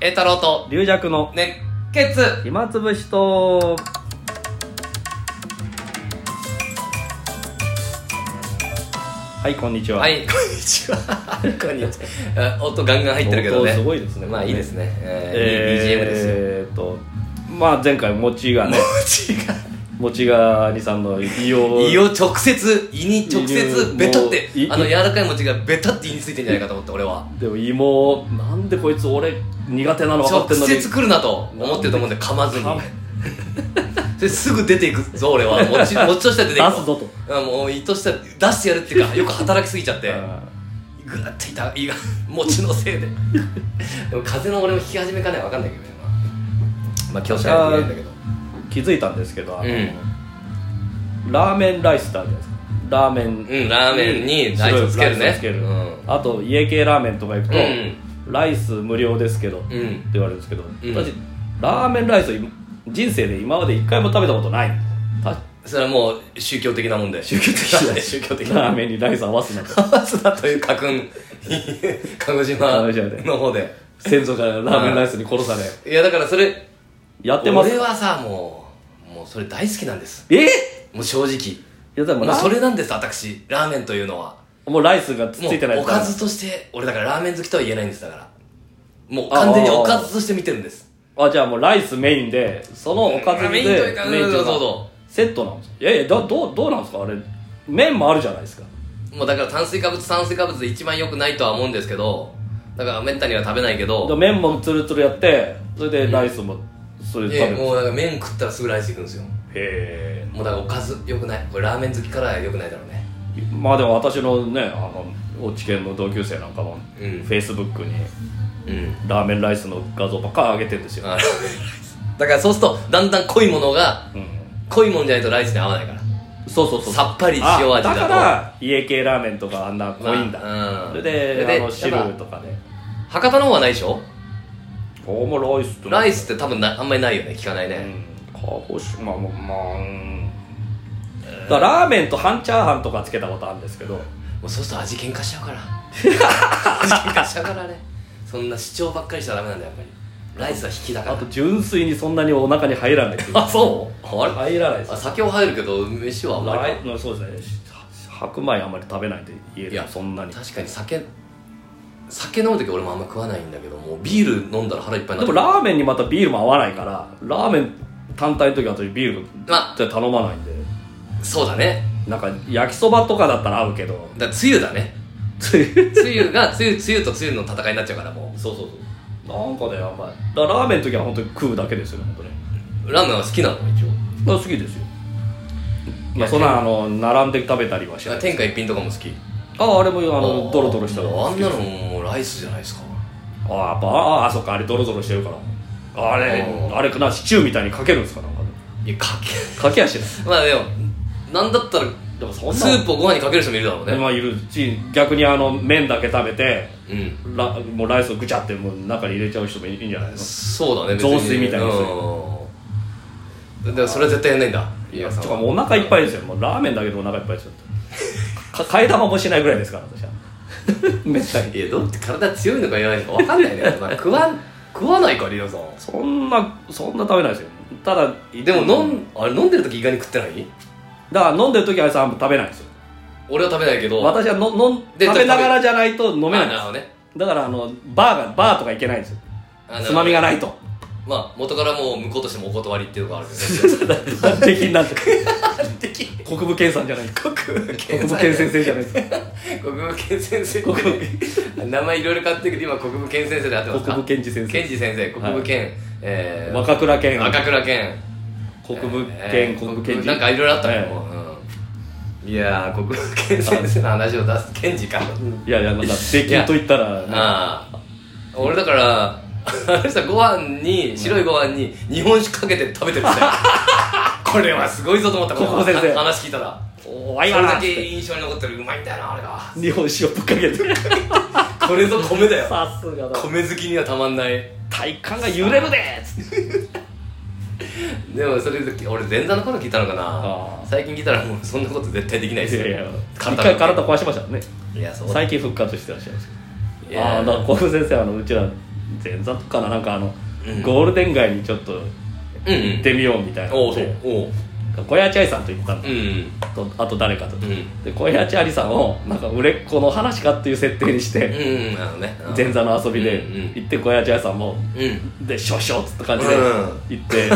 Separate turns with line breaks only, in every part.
栄太郎と
龍尺の
熱血
暇つぶしとはいこんにちは、
はいこんにちはこんにちはあ音ガンガン入ってるけどね
音すごいですね
まあいいですね、えー、いい BGM ですよ
えー、っとまあ前回餅がね餅が兄さんの異様
胃を直接胃に直接ベタって
胃にもう
あの柔らかい餅がベタって胃についてんじゃないかと思って俺は
でも芋なんでこいつ俺苦手なの分かっ
直
てんのに
接来るなと思ってると思うんで噛まずにですぐ出ていくぞ俺は餅餅としては出ていく
出すぞと
うんもう胃としては出してやるっていうかよく働きすぎちゃって
あ
ぐーっていた胃が餅のせいででも風邪の俺も引き始めかねわかんないけどねまあまあ今日しかやってないんだけど
ー気づいたんですけどあの、
う
ラーメンライスってあるじゃないですかラーメン
うんラーメンにライスをつけるね
ライスをつける
うん
あと家系ラーメンとか行くと、
うん
ライス無料ですけど、って
うん
言われるんですけど、
ん
私ラーメンライスを今人生で今まで一回も食べたことないた
それはもう宗教的なもんで宗教的
だ
で宗教的
ラー
な
メンにライス合わ すなんて
カワスだという家訓鹿児島の方で
先祖がラーメンライスに殺され
いやだからそれ
やってます
俺はさもうもうそれ大好きなんです
えい
もう正直
やでも
もう
な
それなんです私ラーメンというのは
もうライスがつ
も
ついてないう
おかずとして俺だからラーメン好きとは言えないんですだからもう完全におかずとして見てるんです
あじゃあもうライスメインでそのおかずで
うんメインというか
メインとい
そうそうそ
セットなんですかいやいやだどうどうなんですかあれ麺もあるじゃないですか
もうだから炭水化物炭水化物で一番良くないとは思うんですけどだからめったには食べないけ
で
ど
麺もツルツルやってそれでライスもそれ
い
で食
や
べる
もうだから麺食ったらすぐライスいくんですよ
へ
もうだからおかず良くないこれラーメン好きからは良くないだろうね
えまあでも私のねあの大知県の同級生なんかもフ
うん
ェイスブックに
うん
ラーメンライスの画像ばっかり上げてるんですよ、
あラーメンライスだからそうするとだんだん濃いものが
うん、
濃いもんじゃないとライスに合わないから
そうそうそう
さっぱり塩味だと
あだから家系ラーメンとかあんな濃いんだ、
まあうん
それで
それで
あの汁とかね
博多の方はないでしょ
あんまライスって
ライスって多分なあんまりないよね聞かないね、
うん、鹿児島もまあ、うん、だからラーメンと半チャーハンとかつけたことあるんですけど
もうそうすると味喧嘩しちゃうから 味喧嘩しちゃうからねそんな主張ばっかりしちゃダメなんだよやっぱりライスは引きだか
あ
ら
と純粋にそんなにお腹に入らないっていう
そうあれ
入らないです
あ酒は入るけど飯はあんま
ラ
り
イうんそうですね白米あんまり食べないで言え
い
る
や
そんなに
確かに酒酒飲む時俺もあんま食わないんだけどもうビール飲んだら腹いっぱい
で
に
も
なって
ラーメンにまたビールも合わないからラーメン単体の時は私ビール
ま
って頼まないんで
そうだね
なんか焼きそばとかだったら合うけど
だからつゆだね
そうそう
つゆがつゆつゆとつゆの戦いになっちゃうからも
そうなんかねあんまりだからラーメンの時は本当に食うだけですよね本当ね
うラーメンは好きなの一応
まあ好きですよ
い
ま
や
あそんなあの並んで食べたりはしない
天下一品とかも好き
ああれもあのドロドロした
あ
の
んなのもうライスじゃないですか
ああやっぱああそっかあれドロドロしてるからあれ
うん
あれかなシチューみたいにかけるんですかなんかね
いやかけ
かけやしない
まあでもなんだったら
でもそんな
スープをご飯にかける人もいるだろうね、
今いるし逆にあの麺だけ食べて
うん
ラもうライスをぐちゃってもう中に入れちゃう人もいいいんじゃないです
そうだね別に
雑炊みたいにする
うんでもそれは絶対やんないんだいや
かとかもうお腹いっぱいですよもうラーメンだけでお腹いっぱいです よか替え玉もしないぐらいですから私は めったに
いやどうって体強いのか弱いのか分かんない ね、まあ、食わん食わないかリオさん
そんなそんな食べないですよただ
でも飲ん、あれ飲んでる時意外に食ってない
だから飲んでる時はあいつはあんま食べないんですよ
俺は食べないけど
私はののん食
で
べながらじゃないと飲めない
あ
んで
なる
す
ほどね
だからあのバーがバーとか行けないんですよ
あなるほど
つまみがないと
まあ元からもう向こうとしてもお断りっていうのがあるけ どね
完璧になって国分健さんじゃない
国分
国分健先生じゃないです
国分健先生
国
名前いろいろ買ってるけど今国分健先生で合ってますか
国分健二先生
健二先生国分健、えー
若倉健
赤倉健
国分
え
健
ー
国分健二
なんかいろいろあったね、
ええ
もううんいやー国分健先生の話を出す健二か
いやいやなんか税金と言ったらなんか
ああ俺だからあの人はご飯に白いご飯に日本酒かけて食べてるみたい これはすごいぞと思った
国分先生
この話聞いたら
お
そ
わい
れ
わな
だ
っ
け
つって
印象に残ってるうまいんだよなあれが
日本酒をぶっかけて
これぞ米 だよ
さすがだ
米好きにはたまんない
体幹が揺れるでーっつって
でもそれ俺前座の頃聞いたのか
あ
な
あ
最近聞いたらもうそんなこと絶対できないですよ
いやいや一
体
回体壊しましたね
いやそう
最近復活してらっしゃるんですけ
い
どあ
や
あだから国分先生はあのうちら前座とかななんかあの、
うん
ゴールデン街にちょっと
うんうん
行ってみようみたいな
お
の
うそう
で
おう
小屋チャイさんと行ったの、
うんうん
とあと誰かと、
ん
で小屋チャイさんをなんか売れっ子の話かっていう設定にし
う
て、
んうんあのね
前座の遊び
う
で
んうん
行って小屋チャイさんも
うん
で少々っつった感じで
うん
行って、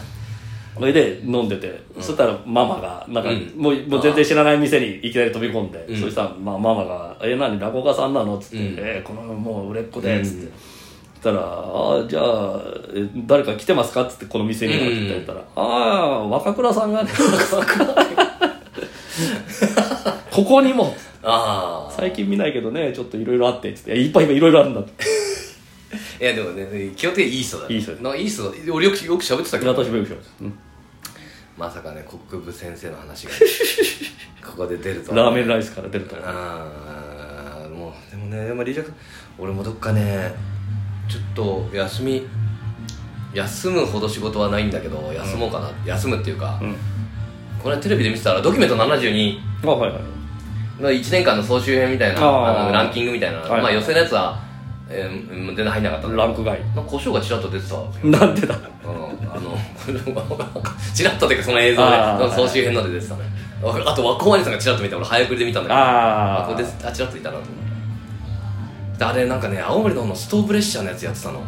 それで飲んでて、そしたらママがなんか、
うん
もうもう全然知らない店にいきなり飛び込んで、
うん
そしたら、まあ、ママが「え何落語家さんなの?」っつって「
うん
えこのもう売れっ子で」っつって。
うん
そしたら「あじゃあえ誰か来てますか?」っつってこの店に来て言ったら「ああ若倉さんがねここにも
ああ
最近見ないけどねちょっといろいろあって」っつっていや「いっぱい今いろいろあるんだ」って
いやでもね基本的にいい人だね
いい人です
なんかいい人だ俺よくよく喋ってたけど
私勉強します、うん
まさかね国分先生の話 がここで出るとは
ラーメンライスから出ると
ああもうでもねでもリージャ君俺もどっかねちょっと休み休むほど仕事はないんだけど休もうかな、休むっていうか、
うん
これテレビで見てたら「ドキュメント72
あはいはい」
の1年間の総集編みたいな
あー
あのランキングみたいな、
はいはい
まあ予選のやつは、えーうん全然入んなかったんだ
ランク外
けどなんか胡椒がちらっと出てたわけ
なんでだ
うんあの、 チラッとっていうかその映像で、
あー
その総集編ので出てたね。あと、ワコワニさんがチラッと見て、俺早送りで見たんだけど、あ、
あ
これです、あ、チラッといたなと思って。であれ、なんかね、青森の方のストーブ列車のやつやってたの。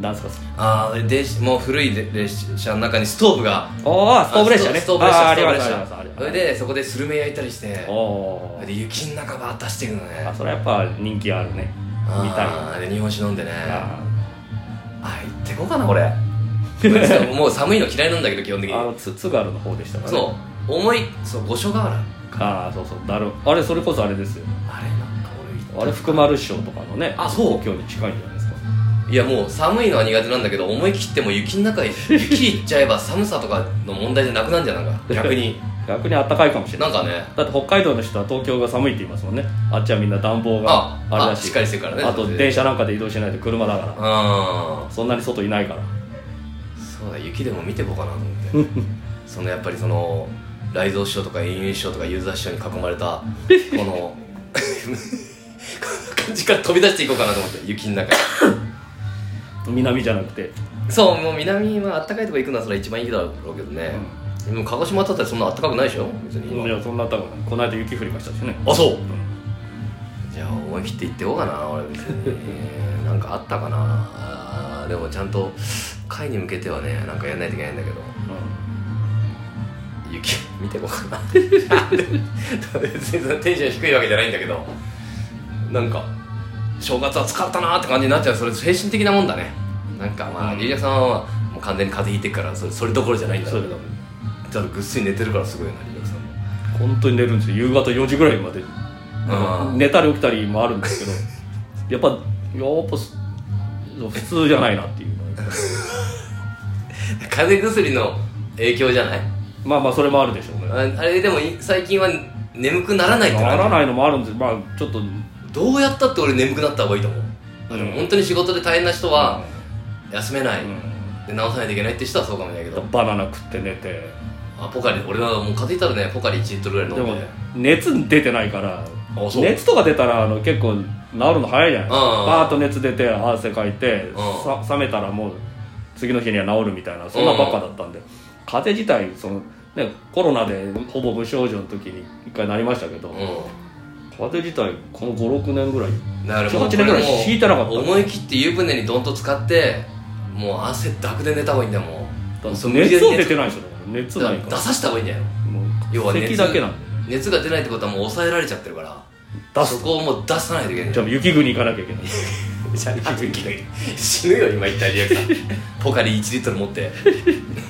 あなんすかそれ
あーで、もう古い列車の中にストーブが。
おーストーブ列車ね
ストストーブ列車、
あー
ストーブ列
ありますあり
車。
ます
それで、そこでスルメ焼いたりして、
お
で
ー
雪の中バーッと走っていくのね
あ。それはやっぱ人気あるね見たい
あーで、日本酒飲んでね。あ
あ
ー、行ってこうかな、俺。 もう寒いの嫌いなんだけど、基本的
ー
に
あ。のつ津軽の方でしたからね
そう重いそう五所川原
ああそうそうだるあれそれこそあれですよ
あれなんか
あれ福丸師匠とかのね
あそう
東京に近いんじゃないですか
俺いやもう寒いのは苦手なんだけど思い切ってもう雪の中へ雪行っちゃえば寒さとかの問題じゃなくなんじゃ ないか逆に
逆にあったかいかもしれな
ないんかね
だって北海道の人は東京が寒いって言いますもんねあっちはみんな暖房が
あ
あれだ
あし
し
っかりしてるからね
あと電車なんかで移動しないと車だから
あ
そんなに外いないから
ーそうだ雪でも見てこうかなと思って そのやっぱりその雷蔵師匠とか円遊師匠とかユーザー師匠に囲まれたこの感じから飛び出していこうかなと思って雪の中へ
南じゃなくて
そうもう南はあったかいとこ行くのはそれ一番いいだろうけどね、でも鹿児島だったらそんなあったかくないでしょ別に今
いやそんな多分この間雪降りましたしね
あそう
うん
じゃあ思い切って行ってこうかな俺別になんかあったかなあーでもちゃんと会に向けてはねなんかやんないといけないんだけど雪見てこうか な別にそのテンション低いわけじゃないんだけどなんか正月は疲れたなーって感じになっちゃうそれ精神的なもんだねなんかまあ龍也さんはもう完全に風邪ひいてっからそれそれどころじゃないんだろうけどただぐっすり寝てるからすごいよな龍也さんも
本当に寝るんですよ夕方4時ぐらいまで
うん
寝たり起きたりもあるんですけどやっぱやっぱす普通じゃないなっていう
風邪薬の影響じゃない
まあまあそれもあるでしょうね
ああれでもい最近は眠くならないって
なら
な
ないのもあるんですまあちょっと
どうやったって俺眠くなった方がいいと思う、あでも本当に仕事で大変な人は休めない、
うん
で直さないといけないって人はそうかもしれないけど
バナナ食って寝て
あポカリ俺はもう風邪ひいたらねポカリ1リットルぐらい
で
飲んで
も熱出てないから
あそう
熱とか出たらあの結構治るの早いじゃないですか
うんうんうん
バーッと熱出て汗かいて
うん
さ冷めたらもう次の日には治るみたいなそんなばっかだったんで風邪自体その、ね、コロナでほぼ無症状の時に一回なりましたけど、
う
風邪自体この56年ぐらい
んだからもう
18年ぐらい敷いてなかった
思い切って湯船にどんと使ってもう汗だくで寝た方がいいんだよもう
熱
そ
を
う無理やり
出てないでしょ熱
だ
な
か
い
ら
か
出
ら
させた方がいいんだよ
もう
要は熱
咳だけなん
熱が出ないってことはもう抑えられちゃってるから
出
そ
す
こをもう出さないといけない
じゃあ雪国行かなきゃいけない
シャリキキ死ぬよ今言ったリアクさんポカリ1リットル持って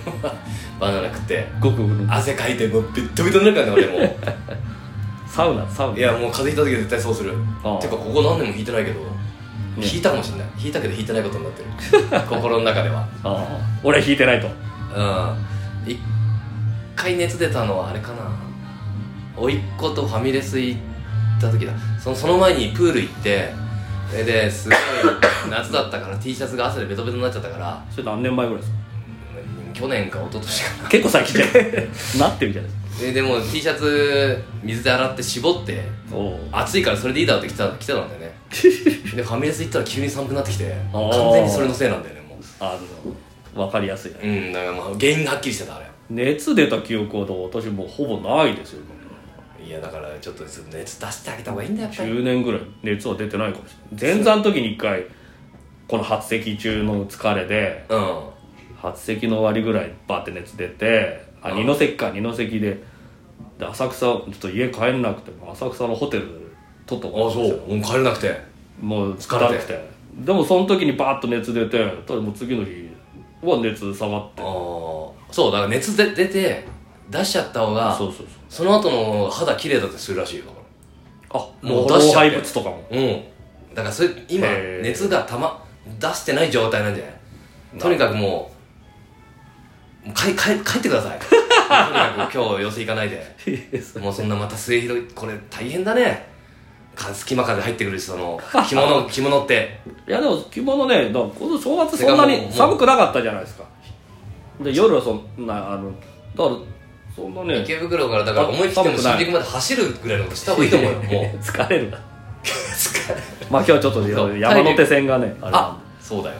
バナナ食って
ごく
汗かいてもうビットビトになるからね俺も
サウナサ
う
ウナ
いやもう風邪ひいた時は絶対そうする
ああ
てかここ何年も引いてないけど、引いたかもしんない引いたけど引いてないことになって る心の中では
ああ俺は引いてないと
うん一回熱出たのはあれかな甥っ子とファミレス行った時だそのその前にプール行ってでですごい夏だったから T シャツが汗でベトベトになっちゃったから
それ何年前ぐらいですか
うん去年か一昨年かな
結構最近じゃないなってるじゃないです
ででも T シャツ水で洗って絞って
おう
暑いからそれでいいだろって来た来てたんだよ ねでファミレス行ったら急に寒くなってきて
あー
完全にそれのせいなんだよねも
あの分かりやすいね
ううんだからまあ原因がはっきりしてたあれ
熱出た記憶はどう私もうほぼないですよ
いやだからちょっと熱出してあげた方がいいんだよやっぱり
10年ぐらい熱は出てないかもしれない前座の時に一回この発咳中の疲れで
うん
発咳の終わりぐらいバーって熱出てあ
うん
二の関か二の関でで浅草ちょっと家帰れなくて浅草のホテル取っとこ
あそうもう帰れなくて
もう
疲れて
だるくでもその時にバーッと熱出てただもう次の日は熱下がっ
あ
て
あそうだから熱で出て出しちゃった方がそ
そ
う
そうそう
の後の肌綺麗だってするらしいよだか
あ
も
も
う
う
出し
老
ちゃって
廃物とかも
らうんだからそれ今
へー
熱がたま出してない状態なんじゃないとにかくもうもう帰帰帰ってく ださいとにかく今日寄せ行かないでもうそんなまた末広いこれ大変だねか隙間風入ってくるしそ の着物着物って
いやでも着物ねだからこの正月そん
てか
な
もう
に
もう
寒くなかったじゃないですかで夜はそんなあのだからそんなね
池袋からだから思い切っても新宿まで走るぐらいのことした方がいいと 思うよもう
疲れるな
疲れ
まあ今日ちょっと
そう
山手線がねあれ
あ
な
そうだよ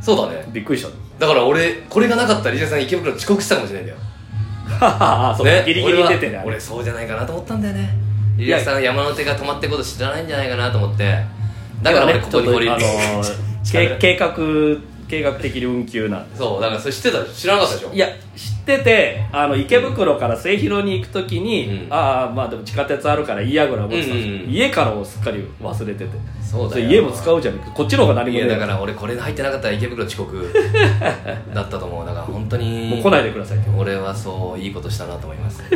そうだね
んでびっくりし
だ
た
から俺これがなかったらリジャさん池袋遅刻したかもしれないんだよ、
あ そう
ね、
ギリギリに出て
俺
ね
は俺そうじゃないかなと思ったんだよねリジャさん山手が止まってること知らないんじゃないかなと思ってだから俺ここに
ちょ
こ
っと
れ
あのけ計画計画的に運休なん で
そうだからそれ知ってた知らなかったでしょ
いや知っててあの池袋から末広に行くときに、
うん
ああまあでも地下鉄あるからいいやぐらい思ってたんですよ
うんうんうん
家からをすっかり忘れてて
そうだよ
れ家も使うじゃんこっちの方が何
い
も
やだか
ね
ら俺これ入ってなかったら池袋遅刻 だったと思うだから本当に
もう来ないでください今日
俺はそういいことしたなと思います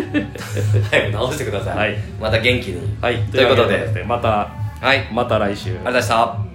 早く直してください、
はい
また元気に
はい
ということで
わけまた
はいありがとう
また来週
ございました